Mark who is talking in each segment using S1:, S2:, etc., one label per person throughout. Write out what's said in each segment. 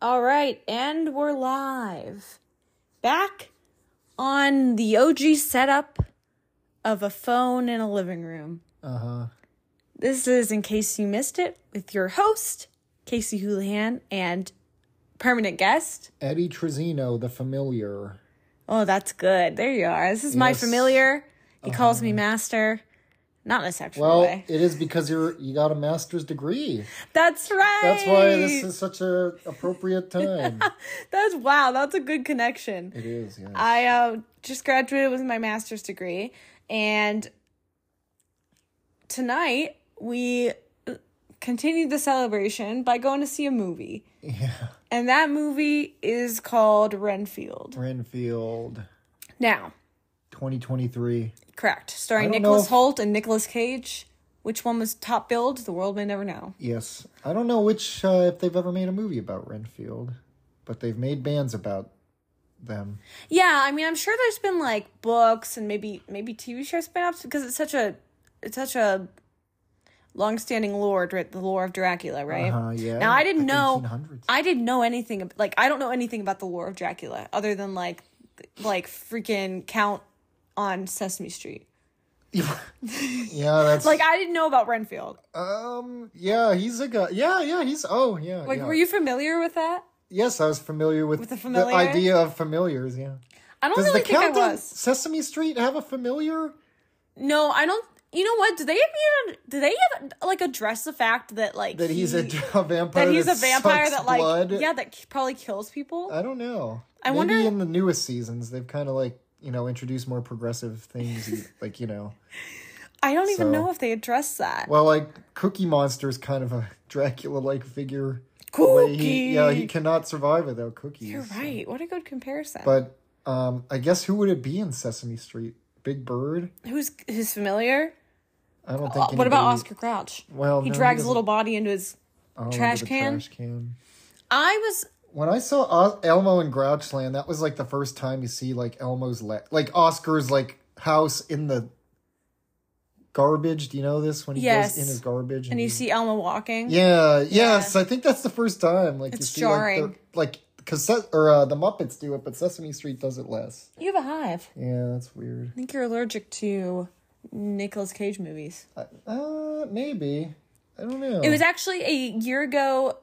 S1: All right, and we're live. Back on the OG setup of a phone in a living room.
S2: Uh huh.
S1: This is In Case You Missed It with your host, Casey Houlihan, and permanent guest.
S2: Eddie Trezino, the familiar.
S1: Oh, that's good. There you are. This is my
S2: Yes. Um,
S1: familiar. He calls me master. Not in a sexual
S2: Well,
S1: way.
S2: it is because you're you got a master's degree.
S1: That's right.
S2: That's why this is such a appropriate time.
S1: That's wow. That's a good connection.
S2: it is. Yeah.
S1: I uh, just graduated with my master's degree, and tonight we uh, continued the celebration by going to see a movie.
S2: yeah.
S1: And that movie is called Renfield.
S2: Renfield,
S1: Now,
S2: 2023.
S1: correct, starring
S2: I don't know
S1: Nicholas
S2: if-
S1: Holt and Nicolas Cage. Which one was top billed? The world may never know.
S2: Yes. I don't know which uh, if they've ever made a movie about Renfield, but they've made bands about them.
S1: Yeah, I mean, I'm sure there's been like books and maybe maybe TV show spin-offs because it's such a it's such a long-standing lore, dra- the lore of Dracula, right?
S2: Uh, yeah.
S1: Now I didn't
S2: like
S1: know
S2: 1800s.
S1: I didn't know anything ab- like I don't know anything about the lore of Dracula other than like th- like freaking count on Sesame Street.
S2: yeah, that's
S1: Like I didn't know about Renfield.
S2: um. Yeah, he's a guy. Yeah, yeah, he's. Oh, yeah.
S1: Like
S2: yeah.
S1: were you familiar with that?
S2: Yes, I was familiar with,
S1: the
S2: the,
S1: familiar?
S2: idea of familiars. Yeah.
S1: I don't
S2: Does
S1: really
S2: the
S1: think I
S2: count on
S1: was.
S2: Sesame Street have a familiar?
S1: No, I don't you know what? Do they even do they even like address the fact that like
S2: That he's a,
S1: he-
S2: a vampire.
S1: that he's a
S2: that
S1: vampire
S2: sucks
S1: that like
S2: blood?
S1: yeah that k- probably kills people.
S2: I don't know.
S1: I
S2: Maybe
S1: wonder-
S2: in the newest seasons they've kind of like you know introduced more progressive things you- like you know
S1: I don't even
S2: so-
S1: know if they address that.
S2: well like Cookie Monster is kind of a Dracula like figure. the
S1: Cookie.
S2: way He, yeah, he cannot survive without cookies.
S1: You're right. What a good comparison.
S2: But um, I guess who would it be in Sesame Street? Big Bird?
S1: who's who's familiar?
S2: I don't think.
S1: Uh, What about
S2: anybody-
S1: Oscar Crouch?
S2: Well,
S1: he
S2: no, he
S1: drags a
S2: doesn't-
S1: little body into his.
S2: Oh, into
S1: Trash
S2: the
S1: Can?
S2: Trash can.
S1: I was
S2: When I saw Os- Elmo and Grouchland, that was like the first time you see like Elmo's le- like Oscar's like house in the garbage. Do you know this when he
S1: Yes.
S2: goes in his garbage?
S1: and you see Elma walking.
S2: Mm. yeah, yes, I think that's the first time. Like
S1: It's
S2: you see,
S1: jarring.
S2: Like, the, like cassette or uh, the Muppets do it, but Sesame Street does it less.
S1: You have a hive.
S2: Yeah, that's weird.
S1: I think you're allergic to Nicolas Cage movies.
S2: I, uh, maybe I don't know.
S1: It was actually a year ago,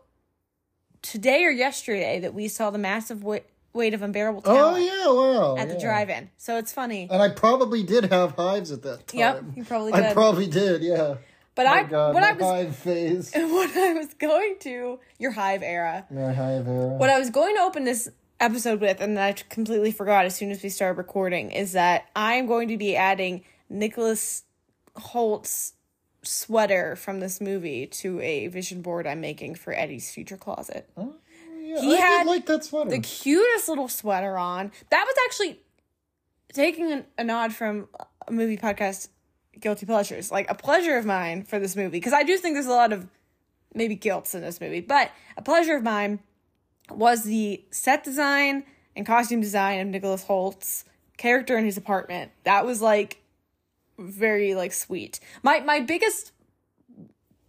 S1: today or yesterday, that we saw the massive weight, weight of unbearable
S2: oh
S1: talent
S2: yeah, wow.
S1: at the
S2: yeah.
S1: drive-in. So it's funny.
S2: And I probably did have hives at that time.
S1: Yep, you probably
S2: I
S1: did.
S2: probably did. Yeah.
S1: But
S2: My
S1: I,
S2: God,
S1: what
S2: my
S1: I was
S2: hive phase.
S1: what I was going to your hive era.
S2: My hive era.
S1: What I was going to open this episode with, and I completely forgot as soon as we started recording, is that I'm going to be adding Nicholas Holt's sweater from this movie to a vision board I'm making for Eddie's future closet.
S2: yeah,
S1: he
S2: I
S1: had
S2: did like that sweater.
S1: The cutest little sweater on. That was actually taking an, a nod from a movie podcast, Guilty Pleasures, like a pleasure of mine for this movie. Because I do think there's a lot of maybe guilts in this movie, but a pleasure of mine was the set design and costume design of Nicholas Holt's character in his apartment. That was like very like sweet. My my biggest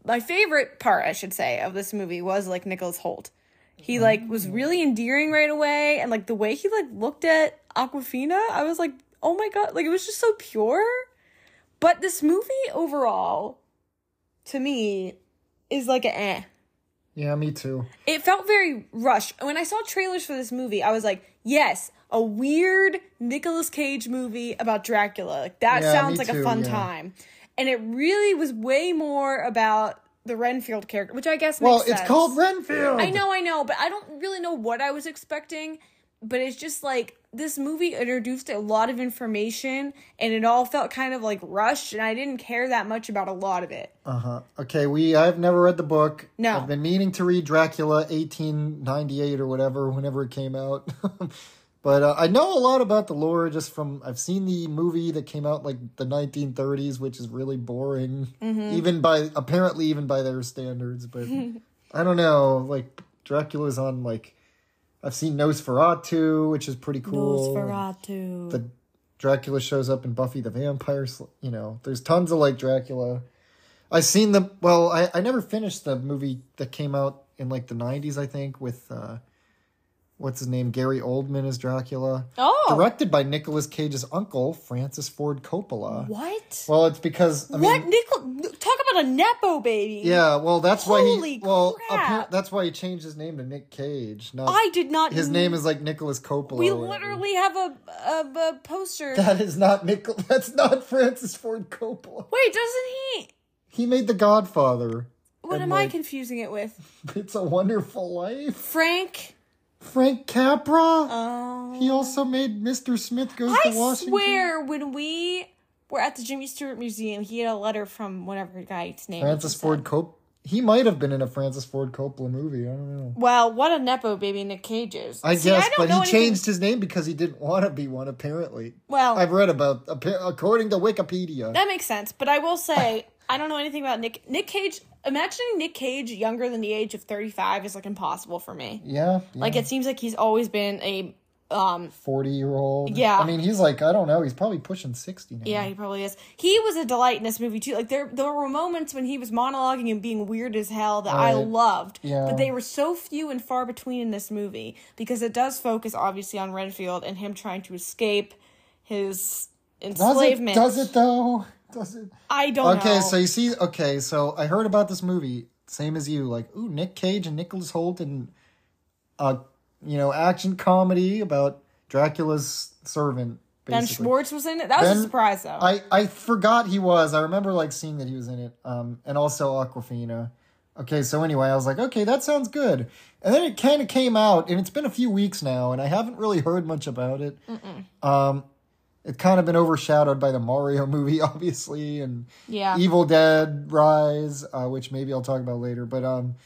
S1: my favorite part, I should say, of this movie was like Nicholas Holt. He
S2: Oh,
S1: like was really endearing right away and like the way he like looked at Aquafina, I was like, "Oh my god, like it was just so pure." But this movie overall to me is like an eh.
S2: yeah, me too.
S1: It felt very rushed. When I saw trailers for this movie, I was like, yes, a weird Nicolas Cage movie about Dracula. Like that
S2: Yeah,
S1: sounds
S2: me
S1: like a
S2: too,
S1: fun
S2: yeah.
S1: time. And it really was way more about the Renfield character, which I guess
S2: Well,
S1: makes
S2: it's
S1: sense.
S2: called Renfield.
S1: I know, I know, but I don't really know what I was expecting. But it's just like this movie introduced a lot of information and it all felt kind of like rushed and I didn't care that much about a lot of it.
S2: Uh huh. Okay, we. I've never read the book.
S1: No.
S2: I've been meaning to read Dracula 1898 or whatever, whenever it came out. but uh, I know a lot about the lore just from I've seen the movie that came out like the 1930s, which is really boring,
S1: Mm-hmm.
S2: even by apparently even by their standards. But I don't know. Like Dracula's on like I've seen Nosferatu, which is pretty cool. Oh. the Dracula shows up in Buffy the Vampire. Sl- you know, there's tons of like Dracula. I seen the well, I I never finished the movie that came out in like the '90s, I think, with uh, what's his name? Gary Oldman is Dracula.
S1: Oh.
S2: Directed by Nicolas Cage's uncle, Francis Ford Coppola.
S1: What?
S2: Well, it's because I mean,
S1: what Nicol? Talk about a nepo baby.
S2: yeah. Well, that's why
S1: Holy
S2: he. Well,
S1: crap.
S2: appar- that's why he changed his name to Nick Cage. Not
S1: I did not.
S2: his name is like Nicholas Coppola.
S1: We
S2: or whatever.
S1: literally have a a, a poster.
S2: That is not Nicol. That's not Francis Ford Coppola.
S1: Wait, doesn't he?
S2: He made The Godfather.
S1: What
S2: And,
S1: am I
S2: like,
S1: confusing it with?
S2: It's a Wonderful Life.
S1: Frank.
S2: Frank Capra.
S1: Oh.
S2: he also made Mr. Smith Goes
S1: I
S2: to Washington.
S1: swear, when we were at the Jimmy Stewart Museum, he had a letter from whatever guy's name.
S2: Francis
S1: was.
S2: Ford Cop. He might have been in a Francis Ford Coppola movie. I don't know.
S1: Well, what a nepo baby Nick Cage is.
S2: I
S1: See,
S2: guess,
S1: don't
S2: but he
S1: know anything-
S2: changed his name because he didn't want to be one. Apparently,
S1: Well,
S2: I've read about appa- according to Wikipedia.
S1: that makes sense. But I will say, I don't know anything about Nick Nick Cage. Imagining Nick Cage younger than the age of thirty five is like impossible for me.
S2: yeah, yeah,
S1: Like it seems like he's always been a um
S2: forty year old.
S1: Yeah.
S2: I mean, he's like I don't know. He's probably pushing sixty now.
S1: yeah, he probably is. He was a delight in this movie too. Like there there were moments when he was monologuing and being weird as hell that I
S2: Right.
S1: loved.
S2: Yeah.
S1: But they were so few and far between in this movie because it does focus obviously on Renfield and him trying to escape his
S2: does
S1: enslavement.
S2: it? Does it though? Does it?
S1: I don't know.
S2: Okay, so you see, okay, so I heard about this movie, same as you, like ooh, Nick Cage and Nicholas Holt and uh, you know, action comedy about Dracula's servant.
S1: Ben
S2: Basically.
S1: Schwartz was in it. That was a
S2: Ben-
S1: surprise though.
S2: I I forgot he was. I remember like seeing that he was in it. Um, and also Aquafina. Okay, so anyway, I was like, okay, that sounds good. And then it kind of came out, and it's been a few weeks now, and I haven't really heard much about it. Um, it's kind of been overshadowed by the Mario movie, obviously, and
S1: yeah.
S2: Evil Dead Rise, uh, which maybe I'll talk about later. But um,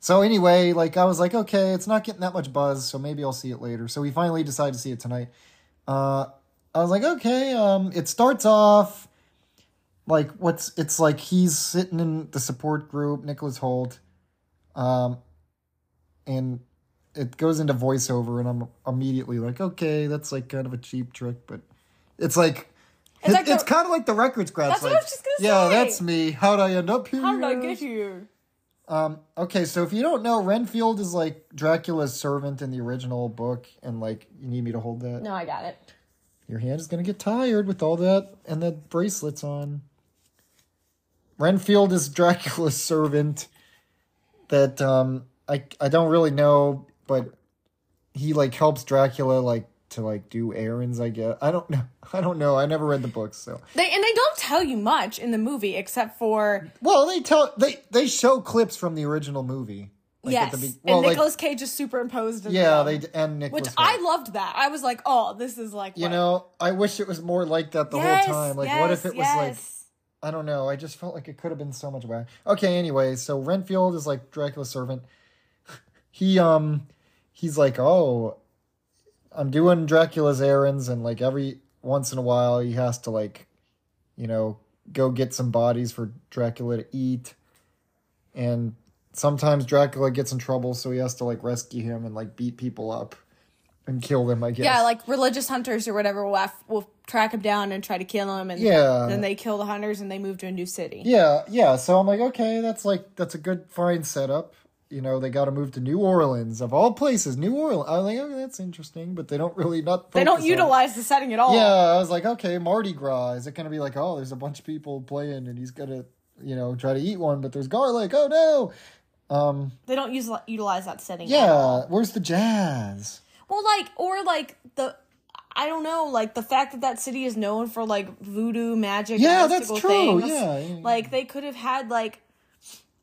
S2: so anyway, like I was like, okay, it's not getting that much buzz, so maybe I'll see it later. So we finally decided to see it tonight. Uh, I was like, okay, um, it starts off like what's it's like he's sitting in the support group, Nicholas Holt, um, and it goes into voiceover, and I'm immediately like, okay, that's like kind of a cheap trick, but it's like.
S1: It's
S2: It's,
S1: like the-
S2: kind of like the record scratch.
S1: That's what I
S2: like,
S1: was just gonna
S2: Yeah,
S1: say.
S2: that's me. How did I end up here?
S1: How did I get here?
S2: Um, okay, so if you don't know, Renfield is like Dracula's servant in the original book, and like you need me to hold that.
S1: No, I got it.
S2: Your hand is gonna get tired with all that and the bracelets on. Renfield is Dracula's servant. That um, I I don't really know, but he like helps Dracula like to like do errands. I guess I don't know. I don't know. I never read the books, so
S1: They and they don't tell you much in the movie except for
S2: Well, they tell they they show clips from the original movie. Like,
S1: yes,
S2: at the be- well,
S1: and
S2: like-
S1: Nicolas Cage is superimposed. in
S2: yeah,
S1: them,
S2: they d- and
S1: which
S2: Nicholas.
S1: I loved that. I was like, oh, this is like
S2: you
S1: what-
S2: know, I wish it was more like that the
S1: Yes,
S2: whole time. Like, what
S1: yes,
S2: if it was like
S1: yes.
S2: I don't know. I just felt like it could have been so much better. Okay, anyway, so Renfield is like Dracula's servant. He um he's like, "Oh, I'm doing Dracula's errands and like every once in a while he has to like you know, go get some bodies for Dracula to eat." And sometimes Dracula gets in trouble, so he has to like rescue him and like beat people up and kill them, I guess.
S1: yeah, like religious hunters or whatever will af- will track him down and try to kill him, and
S2: Yeah.
S1: then they kill the hunters and they move to a new city.
S2: Yeah, yeah. So I'm like, okay, that's like that's a good fine setup. You know, they got to move to New Orleans of all places. New Orleans. I was like, okay, that's interesting, but they don't really not.
S1: they don't
S2: focus on it.
S1: utilize the setting at all.
S2: Yeah, I was like, okay, Mardi Gras. Is it gonna be like, oh, there's a bunch of people playing, and he's gonna, you know, try to eat one, but there's garlic. Oh no. Um.
S1: They don't use utilize that setting. at all.
S2: Yeah. Where's the jazz?
S1: Well, like, or like the, I don't know, like the fact that that city is known for like voodoo magic.
S2: Yeah,
S1: and
S2: that's
S1: mystical
S2: true.
S1: Things.
S2: Yeah, yeah, yeah.
S1: like they could have had like,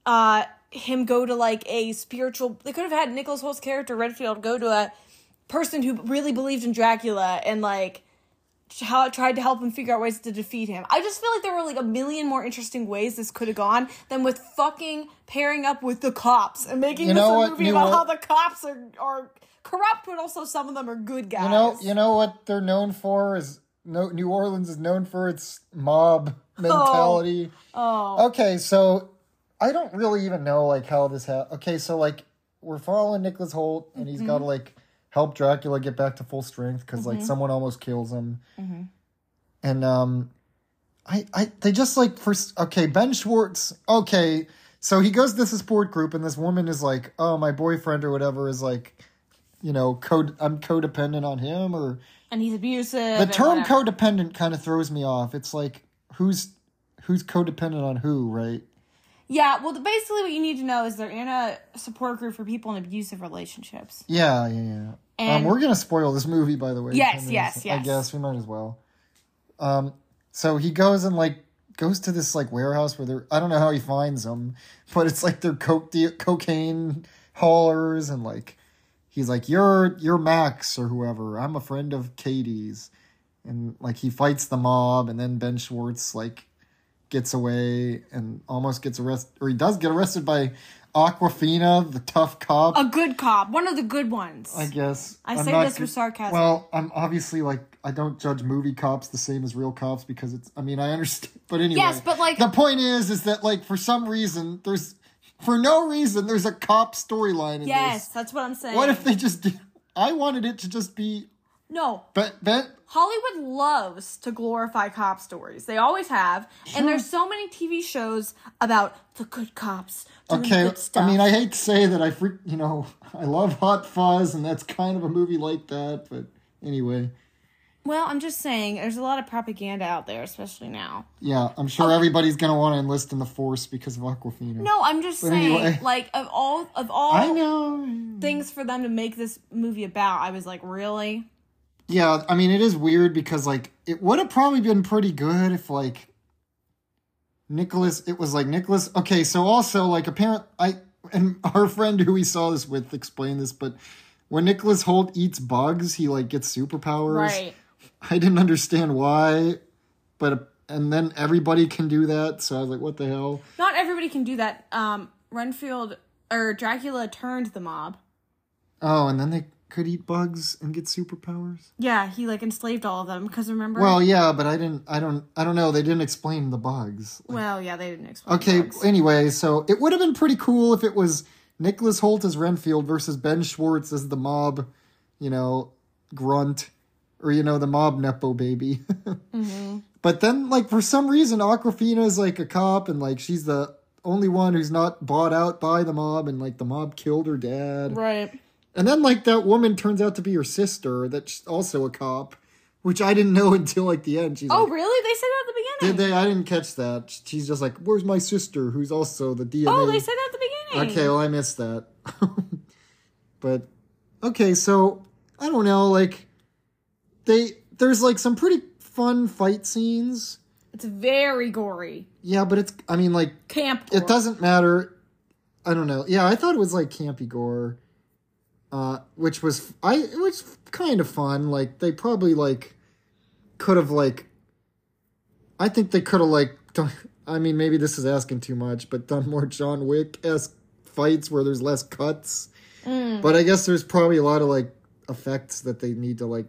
S1: uh, him go to like a spiritual. They could have had Nicholas Holt's character Redfield go to a person who really believed in Dracula and like. How tried to help him figure out ways to defeat him. I just feel like there were like a million more interesting ways this could have gone than with fucking pairing up with the cops and making
S2: You
S1: this
S2: know
S1: a
S2: what,
S1: movie
S2: you
S1: about
S2: know-
S1: how the cops are are corrupt, but also some of them are good guys.
S2: You know, you know what they're known for is no New Orleans is known for its mob mentality.
S1: oh,
S2: Okay, so I don't really even know like how this happened. Okay, so like we're following Nicholas Holt, and he's
S1: Mm-hmm.
S2: got to like help Dracula get back to full strength because like someone almost kills him,
S1: Mm-hmm.
S2: and um, I I they just like first okay Ben Schwartz okay so he goes to this support group, and this woman is like oh my boyfriend or whatever is like you know, code I'm codependent on him or
S1: and he's abusive.
S2: the term codependent kind of throws me off. It's like who's who's codependent on who, right?
S1: Yeah, well, basically, what you need to know is they're in a support group for people in abusive relationships.
S2: Yeah, yeah, yeah. um,
S1: And-
S2: we're gonna spoil this movie, by the way.
S1: Yes,
S2: Kinda,
S1: yes,
S2: I
S1: yes.
S2: guess we might as well. Um, so he goes and like goes to this like warehouse where they're I don't know how he finds them, but it's like they're coke de- cocaine haulers and like he's like you're you're Max or whoever. I'm a friend of Katie's, and like he fights the mob, and then Ben Schwartz like gets away and almost gets arrested, or he does get arrested by Aquafina, the tough cop.
S1: A good cop, one of the good ones.
S2: I guess.
S1: I
S2: I'm
S1: say
S2: not
S1: this with
S2: g-
S1: sarcasm.
S2: Well, I'm obviously like I don't judge movie cops the same as real cops because it's. I mean, I understand, but anyway.
S1: Yes, but, like-
S2: the point is, is that like for some reason there's, for no reason there's a cop storyline in
S1: yes,
S2: this.
S1: that's what I'm saying.
S2: What if they just? Did, I wanted it to just be.
S1: no,
S2: But but
S1: Hollywood loves to glorify cop stories. They always have, and there's so many TV shows about the good cops doing
S2: okay.
S1: good stuff.
S2: I mean, I hate to say that I freak. You know, I love Hot Fuzz, and that's kind of a movie like that. But anyway,
S1: well, I'm just saying, there's a lot of propaganda out there, especially now.
S2: yeah, I'm sure everybody's gonna want to enlist in the force because of Aquafina.
S1: Oh. No, I'm just saying,
S2: anyway.
S1: like of all of all
S2: I know.
S1: things for them to make this movie about, I was like, really?
S2: Yeah, I mean it is weird because like it would have probably been pretty good if like Nicholas it was like Nicholas okay, so also like apparent I and our friend who we saw this with explained this, but when Nicholas Holt eats bugs, he like gets superpowers.
S1: Right.
S2: I didn't understand why, but and then everybody can do that, so I was like, what the hell?
S1: Not everybody can do that. Um, Renfield or Dracula turned the mob.
S2: Oh, and then they could eat bugs and get superpowers?
S1: Yeah, he like enslaved all of them because remember?
S2: Well, yeah, but I didn't I don't I don't know, they didn't explain the bugs.
S1: Well, yeah, they didn't explain.
S2: Okay,
S1: bugs.
S2: anyway, so it would have been pretty cool if it was Nicholas Holt as Renfield versus Ben Schwartz as the mob, you know, grunt, or, you know, the mob Nepo baby.
S1: Mm-hmm.
S2: But then, like, for some reason, Aquafina is like a cop and, like, she's the only one who's not bought out by the mob and, like, the mob killed her dad.
S1: right.
S2: And then, like, that woman turns out to be her sister that's also a cop, which I didn't know until, like, the end. She's
S1: Oh,
S2: like,
S1: really? They said that at the
S2: did
S1: beginning.
S2: they? I didn't catch that. She's just like, "Where's my sister?" Who's also the DNA.
S1: Oh, they said that at the beginning.
S2: okay, well, I missed that. but okay, so I don't know. Like, they there's like some pretty fun fight scenes.
S1: It's very gory.
S2: Yeah, but it's. I mean, like,
S1: Camp.
S2: it doesn't matter. I don't know. Yeah, I thought it was like campy gore, uh, which was I it was kind of fun. Like they probably like could have like. I think they could have like done. I mean, maybe this is asking too much, but done more John Wick esque fights where there's less cuts. But I guess there's probably a lot of like effects that they need to like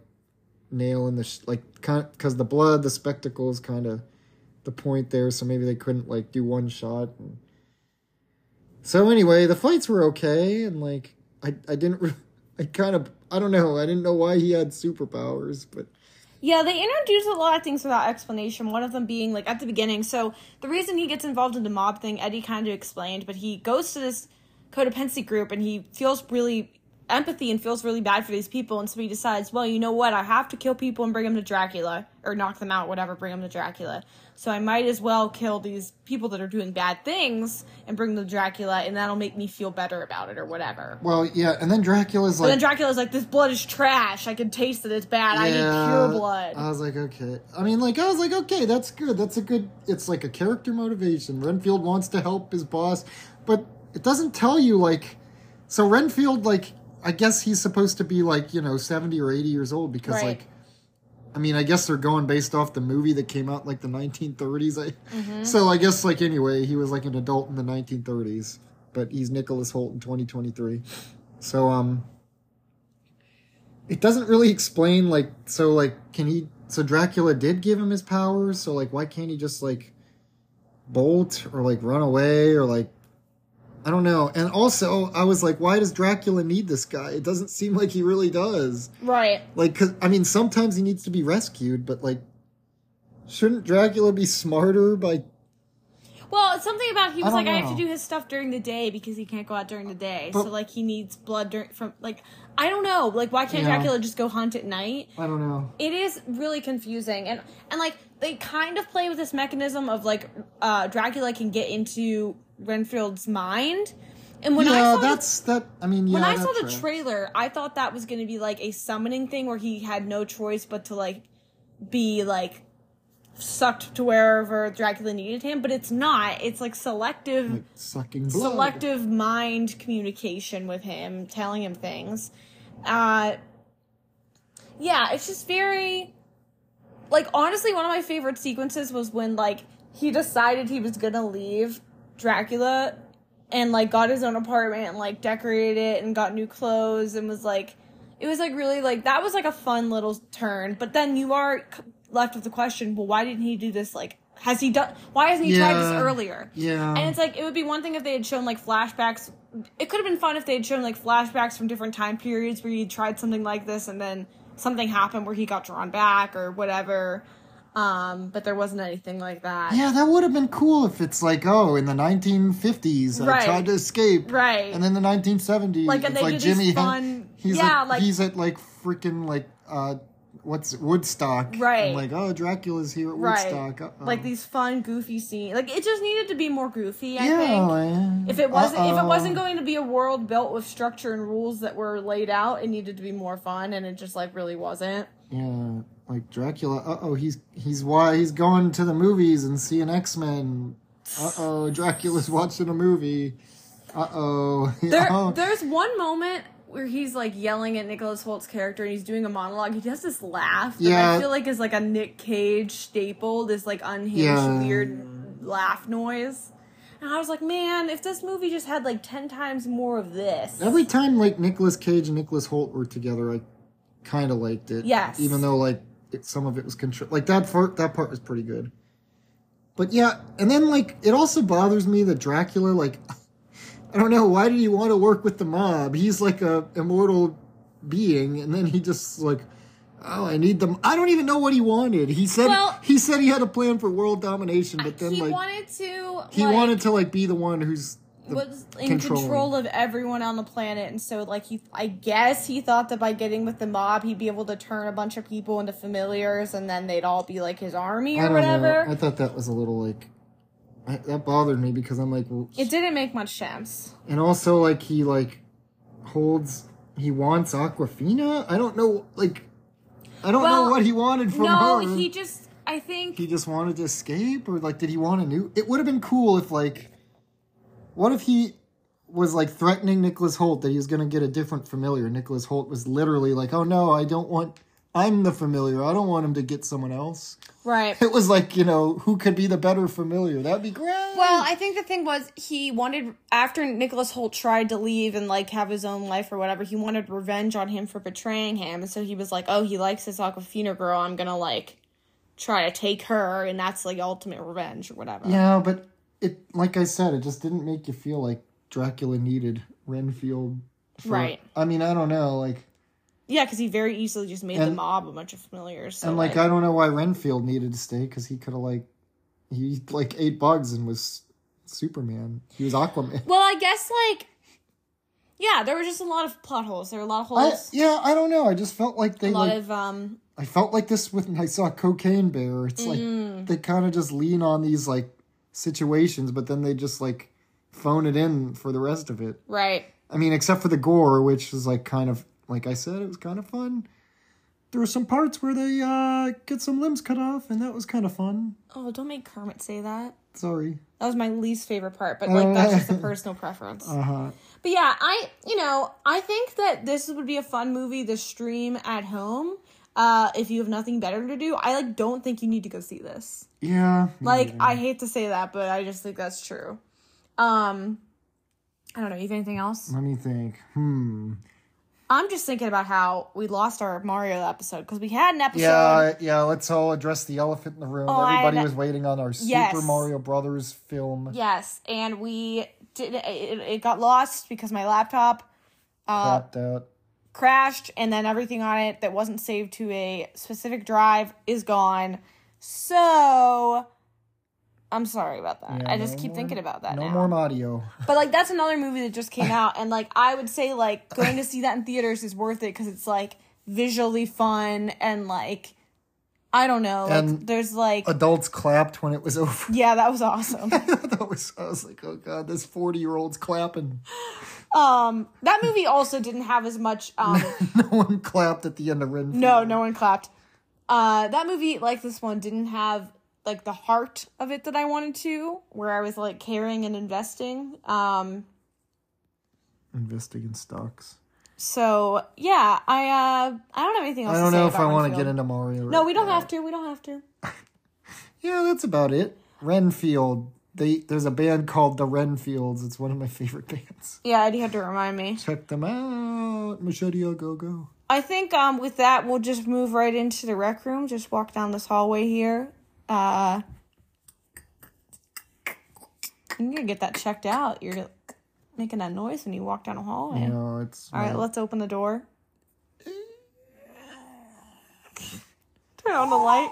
S2: nail in the sh- like because the blood, the spectacles, kind of the point there, so maybe they couldn't like do one shot. And... So anyway, the fights were okay, and like I I didn't re- I kind of I don't know I didn't know why he had superpowers, but
S1: Yeah, they introduced a lot of things without explanation. One of them being like at the beginning. So the reason he gets involved in the mob thing, Eddie kind of explained, but he goes to this codependency group and he feels really empathy and feels really bad for these people. And so he decides, well, you know what? I have to kill people and bring them to Dracula or knock them out, whatever, bring them to Dracula. So I might as well kill these people that are doing bad things and bring them to Dracula, and that'll make me feel better about it or whatever.
S2: well yeah, and then Dracula's
S1: But
S2: like
S1: then Dracula's like, this blood is trash. I can taste that it's bad. I need
S2: Yeah,
S1: pure blood.
S2: I was like okay, I mean like I was like okay, that's good, that's a good. It's like a character motivation. Renfield wants to help his boss, but it doesn't tell you like so Renfield like I guess he's supposed to be like you know seventy or eighty years old because
S1: Right.
S2: like I mean, I guess they're going based off the movie that came out like the 1930s. I, So I guess like anyway, he was like an adult in the 1930s, but he's Nicholas Holt in 2023. So um, it doesn't really explain like so like can he? So Dracula did give him his powers. So like why can't he just like bolt or like run away or like I don't know. And also I was like, why does Dracula need this guy? It doesn't seem like he really does.
S1: right.
S2: Like, 'cause- I mean, sometimes he needs to be rescued, but like, shouldn't Dracula be smarter by?
S1: Well, it's something about he was
S2: don't
S1: like, I have to
S2: know.
S1: do his stuff during the day because he can't go out during the day. so
S2: But-
S1: like he needs blood dur- from like I don't know. Like why can't
S2: Yeah.
S1: Dracula just go hunt at night?
S2: I don't know.
S1: It is really confusing and and like they kind of play with this mechanism of like uh Dracula can get into Renfield's mind. And when I saw
S2: yeah,
S1: the-
S2: that's that. I mean, Mm, yeah,
S1: when I
S2: that
S1: saw the
S2: tracks.
S1: trailer, I thought that was going to be like a summoning thing where he had no choice but to like be like sucked to wherever Dracula needed him, but it's not. It's like selective
S2: like sucking blood.
S1: selective mind communication with him, telling him things. Uh Yeah, it's just very like honestly one of my favorite sequences was when like he decided he was going to leave Dracula and like got his own apartment and like decorated it and got new clothes and was like it was like really like that was like a fun little turn but then you are c- left with the question well why didn't he do this like has he done why hasn't he tried this
S2: Yeah.
S1: earlier
S2: Yeah.
S1: and it's like it would be one thing if they had shown like flashbacks it could have been fun if they had shown like flashbacks from different time periods where he tried something like this and then something happened where he got drawn back or whatever um but there wasn't anything like that
S2: Yeah, that would have been cool if it's like, oh, in the 1950s,
S1: Right.
S2: I tried to escape.
S1: Right.
S2: And then the 1970s,
S1: Like, and
S2: it's
S1: they do
S2: like
S1: these
S2: Jimmy, Hen-
S1: fun-
S2: he's
S1: yeah,
S2: at,
S1: like-
S2: he's at like freaking like, uh, what's Woodstock?
S1: Right.
S2: And like, oh, Dracula's here at
S1: right
S2: Woodstock. Uh-oh.
S1: like these fun goofy scenes like it just needed to be more goofy i
S2: Yeah.
S1: think
S2: like-
S1: If it wasn't if it
S2: uh-oh.
S1: wasn't going to be a world built with structure and rules that were laid out, it needed to be more fun and it just like really wasn't.
S2: Yeah, like Dracula. Uh oh, he's he's why he's going to the movies and seeing X Men. Uh oh, Dracula's watching a movie. Uh oh.
S1: There there's one moment where he's like yelling at Nicholas Holt's character and he's doing a monologue. He does this laugh that I
S2: Yeah.
S1: feel like is like a Nick Cage staple, this like unhinged
S2: Yeah.
S1: weird laugh noise. And I was like, man, if this movie just had like ten times more of this.
S2: Every time like Nicolas Cage and Nicolas Holt were together, I kind of liked it.
S1: Yes.
S2: Even though like it, some of it was control, like that part that part was pretty good. But yeah, and then like it also bothers me that Dracula like I don't know why did he want to work with the mob? He's like a immortal being, and then he just like. Oh, I need them. I don't even know what he wanted. He said
S1: Well-
S2: he said he had a plan for world domination, but then
S1: he
S2: like
S1: wanted to
S2: he
S1: like,
S2: wanted to like be the one who's the
S1: was in control of everyone on the planet and so like he i guess he thought that by getting with the mob he'd be able to turn a bunch of people into familiars and then they'd all be like his army or whatever
S2: Know. I thought that was a little like I, that bothered me because I'm like, well,
S1: it didn't make much sense
S2: and also like he like holds he wants Aquafina. I don't know, like I don't
S1: Well,
S2: know what he wanted from
S1: no
S2: her.
S1: he just i think
S2: he just wanted to escape, or like, did he want a new? It would have been cool if like, what if he was like threatening Nicholas Holt that he was going to get a different familiar? Nicholas Holt was literally like, oh no, I don't want. I'm the familiar. I don't want him to get someone else.
S1: right
S2: It was like, you know, who could be the better familiar? That'd be great.
S3: Well, I think the thing was he wanted after Nicholas Holt tried to leave and like have his own life or whatever, he wanted revenge on him for betraying him, and so he was like, "Oh, he likes this Aquafina girl. I'm gonna like try to take her, and that's like ultimate revenge or whatever."
S2: yeah, but it, like I said, it just didn't make you feel like Dracula needed Renfield. for-
S3: Right.
S2: I mean, I don't know, like,
S3: Yeah, because he very easily just made the
S2: And-
S3: mob a bunch of familiars. So
S2: and like,
S3: like,
S2: I don't know why Renfield needed to stay because he could have like, he like ate bugs and was Superman. He was Aquaman.
S3: well, I guess like, yeah, there were just a lot of plot holes. There were a lot of
S2: I,
S3: holes.
S2: yeah, I don't know. I just felt like they
S3: a lot
S2: like,
S3: of um
S2: I felt like this when I saw Cocaine Bear. It's like
S3: Mm-hmm.
S2: they kind of just lean on these like situations, but then they just like phone it in for the rest of it.
S3: right.
S2: I mean, except for the gore, which is like kind of like I said, it was kind of fun. There were some parts where they uh, get some limbs cut off, and that was kind of fun.
S3: Oh, don't make Kermit say that.
S2: Sorry.
S3: That was my least favorite part, but like that's just a personal preference.
S2: Uh huh.
S1: but yeah i you know i think that this would be a fun movie to stream at home uh if you have nothing better to do i like don't think you need to go see this
S2: Yeah.
S1: Like, I hate to say that, but I just think that's true. Um, I don't know. You have anything else?
S2: Let me think. Hmm.
S1: I'm just thinking about how we lost our Mario episode because we had an episode.
S2: Yeah, yeah. Let's all address the elephant in the room.
S1: Oh, I
S2: Everybody
S1: kn-
S2: was waiting on our
S1: Yes.
S2: Super Mario Brothers film
S1: Yes, and we did. It, it got lost because my laptop
S2: crapped out.
S1: crashed, and then everything on it that wasn't saved to a specific drive is gone. So, um, I'm sorry about that.
S2: Yeah,
S1: I just
S2: no
S1: keep
S2: more-
S1: thinking about that
S2: No
S1: now.
S2: more Mario.
S1: But like that's another movie that just came out, and like I would say like going to see that in theaters is worth it because it's like visually fun and like I don't know, like,
S2: And
S1: there's like
S2: Adults clapped when it was over.
S1: yeah, that was awesome.
S2: that was I was like, oh god, this forty year old's clapping.
S1: um, that movie also didn't have as much. Um,
S2: no one clapped at the end of Renfield.
S1: no, no one clapped. Uh, that movie like this one didn't have like the heart of it that I wanted to, where I was like caring and investing. Um,
S2: investing in stocks.
S1: so yeah, I uh, I don't have anything else.
S2: I don't know if I
S1: want
S2: want to get into Mario.
S1: No, we don't have to. We don't have to.
S2: Yeah, that's about it. Renfield. They there's a band called the Renfields. It's one of my favorite bands.
S1: Yeah, Eddie had to remind me.
S2: Check them out. Machete a go go.
S1: I think um with that we'll just move right into the rec room. Just walk down this hallway here. Uh I'm gonna get that checked out. You're making that noise when you walk down a hallway.
S2: No, Oh, it's
S1: All right,
S2: my-
S1: let's open the door. Turn on the light.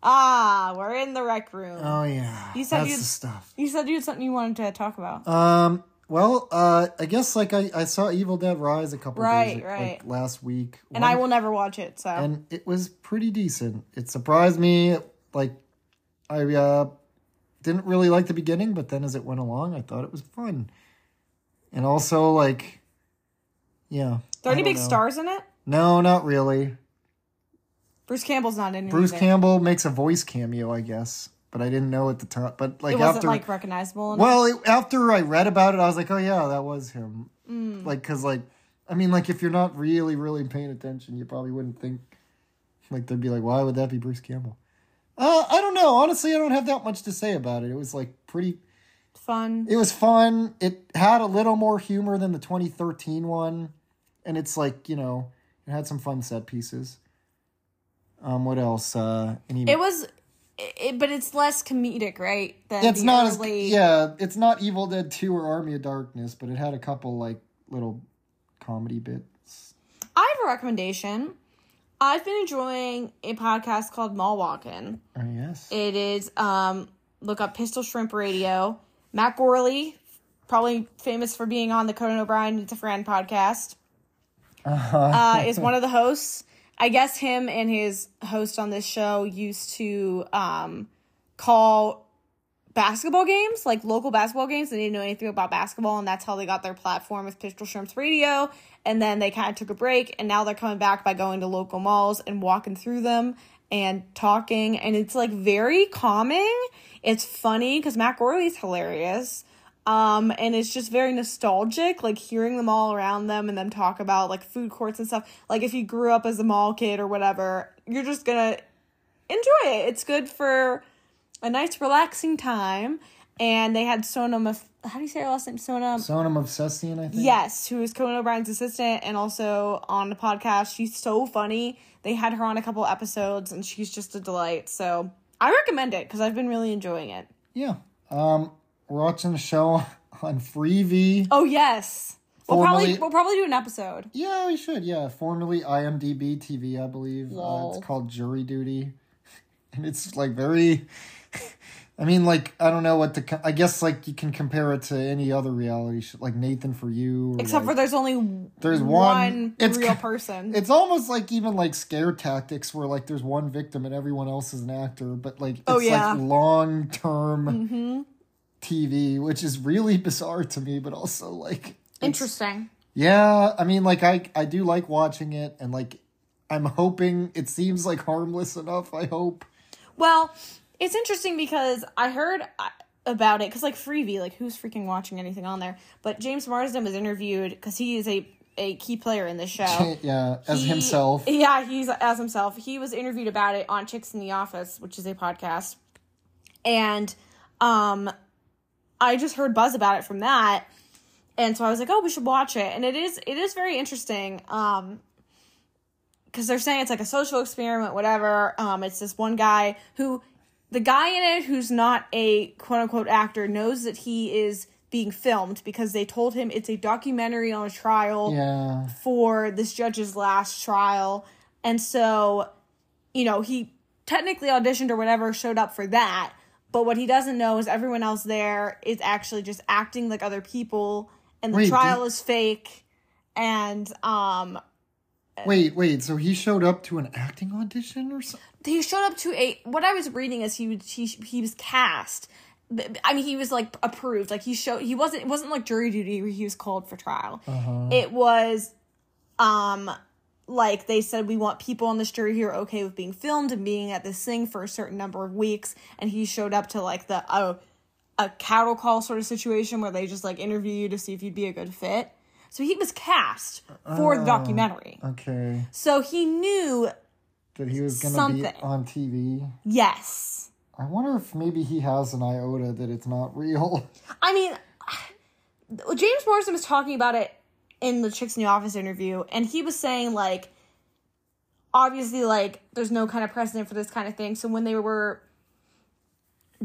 S1: Ah, we're in the rec room.
S2: Oh yeah.
S1: You said
S2: that's
S1: you'd-
S2: the stuff.
S1: you said you had something you wanted to talk about.
S2: Um. Well, uh, I guess like I, I saw Evil Dead Rise a couple
S1: Right,
S2: days
S1: right.
S2: like last week,
S1: and I will never watch it, so
S2: and it was pretty decent. It surprised me. Like, I uh, didn't really like the beginning, but then as it went along, I thought it was fun. And also, like, yeah,
S1: Are there
S2: I
S1: any
S2: don't
S1: big
S2: know.
S1: stars in it?
S2: No, not really.
S1: Bruce Campbell's not in it.
S2: Bruce
S1: either.
S2: Campbell makes a voice cameo, I guess, but I didn't know at the time. But like
S1: It wasn't
S2: after,
S1: like recognizable. enough.
S2: well, it, after I read about it, I was like, oh yeah, that was him. Like, cause like, I mean, like if you're not really, really paying attention, you probably wouldn't think. Like they'd be like, why would that be Bruce Campbell? Uh, I don't know. Honestly, I don't have that much to say about it. It was like pretty.
S1: fun.
S2: It was fun. It had a little more humor than the 2013 one, and it's like you know, it had some fun set pieces. Um, what else? Uh, any?
S1: It was, it, it- but it's less comedic, right? Than
S2: it's
S1: the
S2: not as
S1: early-
S2: yeah it's not evil dead 2 or army of darkness but it had a couple like little comedy bits
S1: I have a recommendation. I've been enjoying a podcast called Mall Walkin'.
S2: oh yes
S1: It is um look up Pistol Shrimp Radio. Matt Gorley, probably famous for being on the Conan O'Brien It's a Friend podcast, uh, is one of the hosts. I guess him and his host on this show used to um call basketball games, like local basketball games. They didn't know anything about basketball, and that's how they got their platform with Pistol Shrimps Radio. And then they kind of took a break, and now they're coming back by going to local malls and walking through them and talking. And it's like very calming. It's funny because Matt Gorley's hilarious. Um, and it's just very nostalgic, like hearing them all around them and them talk about like food courts and stuff. Like if you grew up as a mall kid or whatever, you're just gonna enjoy it. It's good for a nice relaxing time. And they had Sona, Maf- how do you say her last name? Sona.
S2: sonam obsessian i think
S1: Yes, who is Conan O'Brien's assistant and also on the podcast. She's so funny. They had her on a couple episodes and she's just a delight. So I recommend it because I've been really enjoying it.
S2: yeah um we're watching the show on freevee
S1: Oh yes, we'll probably
S2: Formerly-
S1: we'll probably do an episode.
S2: yeah we should yeah formerly imdb tv i believe uh,
S1: Lol.
S2: it's called jury duty and it's like very I mean, like I don't know what to. Co- I guess like you can compare it to any other reality, sh- like Nathan for You. Or
S1: Except
S2: like-
S1: for there's only
S2: There's
S1: one
S2: one- it's
S1: real
S2: ki-
S1: person.
S2: It's almost like even like scare tactics where like there's one victim and everyone else is an actor, but like it's
S1: Oh, yeah. Mm-hmm.
S2: like long term TV, which is really bizarre to me, but also like
S1: Interesting.
S2: yeah, I mean like I I do like watching it and like I'm hoping it seems like harmless enough, I hope.
S1: Well, it's interesting because I heard uh, about it because like Freebie, like who's freaking watching anything on there? But James Marsden was interviewed because he is a a key player in the show.
S2: yeah, as
S1: Oh, He-
S2: himself.
S1: Yeah, he's as himself. He was interviewed about it on Chicks in the Office, which is a podcast. And um I just heard buzz about it from that. And so I was like, "Oh, we should watch it." And it is it is very interesting. Um cuz they're saying it's like a social experiment whatever. Um it's this one guy who the guy in it who's not a quote unquote actor knows that he is being filmed because they told him it's a documentary on a trial
S2: yeah.
S1: for this judge's last trial. And so, you know, he technically auditioned or whatever showed up for that. But what he doesn't know is everyone else there is actually just acting like other people, and the
S2: Wait,
S1: trial
S2: did-
S1: is fake. And um,
S2: Wait, wait. So he showed up to an acting audition or something?
S1: he showed up to a what I was reading is he was he, he was cast. B- b- I mean, he was like approved. Like he showed he wasn't it wasn't like jury duty where he was called for trial. It was, um, like they said we want people on this jury who are okay with being filmed and being at this thing for a certain number of weeks, and he showed up to like the oh a cattle call sort of situation where they just like interview you to see if you'd be a good fit. So he was cast for the documentary.
S2: Okay.
S1: So he knew
S2: That he was going to be
S1: Something.
S2: on TV.
S1: yes.
S2: I wonder if maybe he has an iota that it's not real.
S1: I mean, James Morrison was talking about it in the Chicks in the Office interview, and he was saying, like, obviously, like, there's no kind of precedent for this kind of thing. So when they were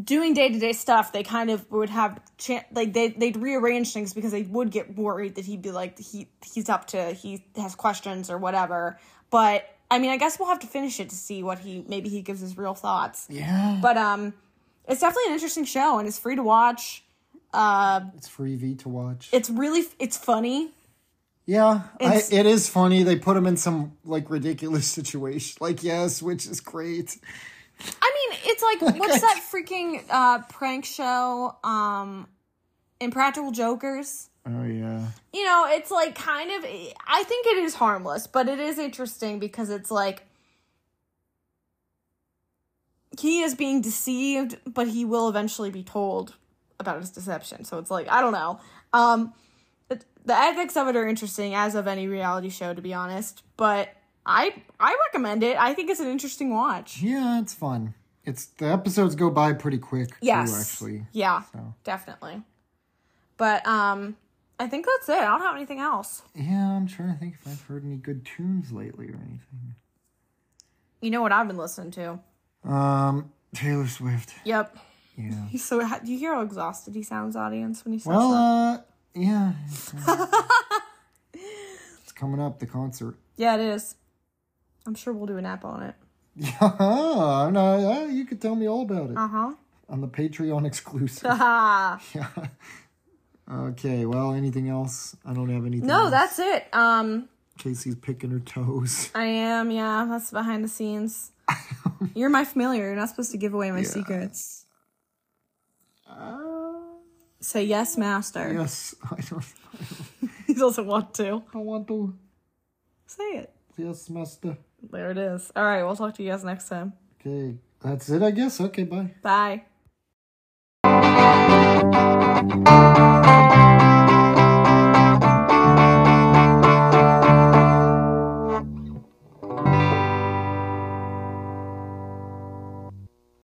S1: doing day to day stuff, they kind of would have, chan like, they, they'd rearrange things because they would get worried that he'd be like, he he's up to, he has questions or whatever. But, I mean, I guess we'll have to finish it to see what he, maybe he gives his real thoughts.
S2: Yeah.
S1: But, um, it's definitely an interesting show, and it's free to watch Uh,
S2: It's free V to watch.
S1: it's really it's funny
S2: yeah. I,
S1: it's-
S2: it is funny. They put him in some like ridiculous situation. Like, yes, which is great.
S1: i mean it's like what's that freaking uh prank show um impractical jokers
S2: Oh, yeah.
S1: you know it's like kind of i think it is harmless but it is interesting because it's like he is being deceived but he will eventually be told about his deception so it's like i don't know um it- the ethics of it are interesting as of any reality show to be honest but i i recommend it i think it's an interesting watch
S2: Yeah, it's fun. It's the episodes go by pretty quick. Too, actually.
S1: Yeah.
S2: So.
S1: Definitely. But um I think that's it. I don't have anything else.
S2: Yeah, I'm trying to think if I've heard any good tunes lately or anything.
S1: You know what I've been listening to.
S2: Um, Taylor Swift.
S1: Yep.
S2: Yeah.
S1: He's so ha- do you hear how exhausted he sounds, audience, when he says
S2: Well,
S1: that?
S2: uh, yeah. It's, uh, it's coming up the concert.
S1: Yeah, it is. I'm sure we'll do an app on it.
S2: Yeah, I know. Yeah, Uh-huh. uh, you could tell me all about it
S1: Uh-huh.
S2: on the Patreon exclusive.
S1: Ah.
S2: yeah. Okay. Well, anything else? I don't have anything.
S1: No,
S2: else.
S1: that's it. Um
S2: Casey's picking her toes.
S1: I am, yeah, that's behind the scenes. You're my familiar. You're not supposed to give away my secrets. Say yes, master.
S2: Uh, Yes, I don't.
S1: He doesn't want to.
S2: I want to.
S1: Say it.
S2: Yes, master.
S1: There it is. All right, we'll talk to you guys next time.
S2: Okay, that's it. I guess. Okay, bye.
S1: Bye.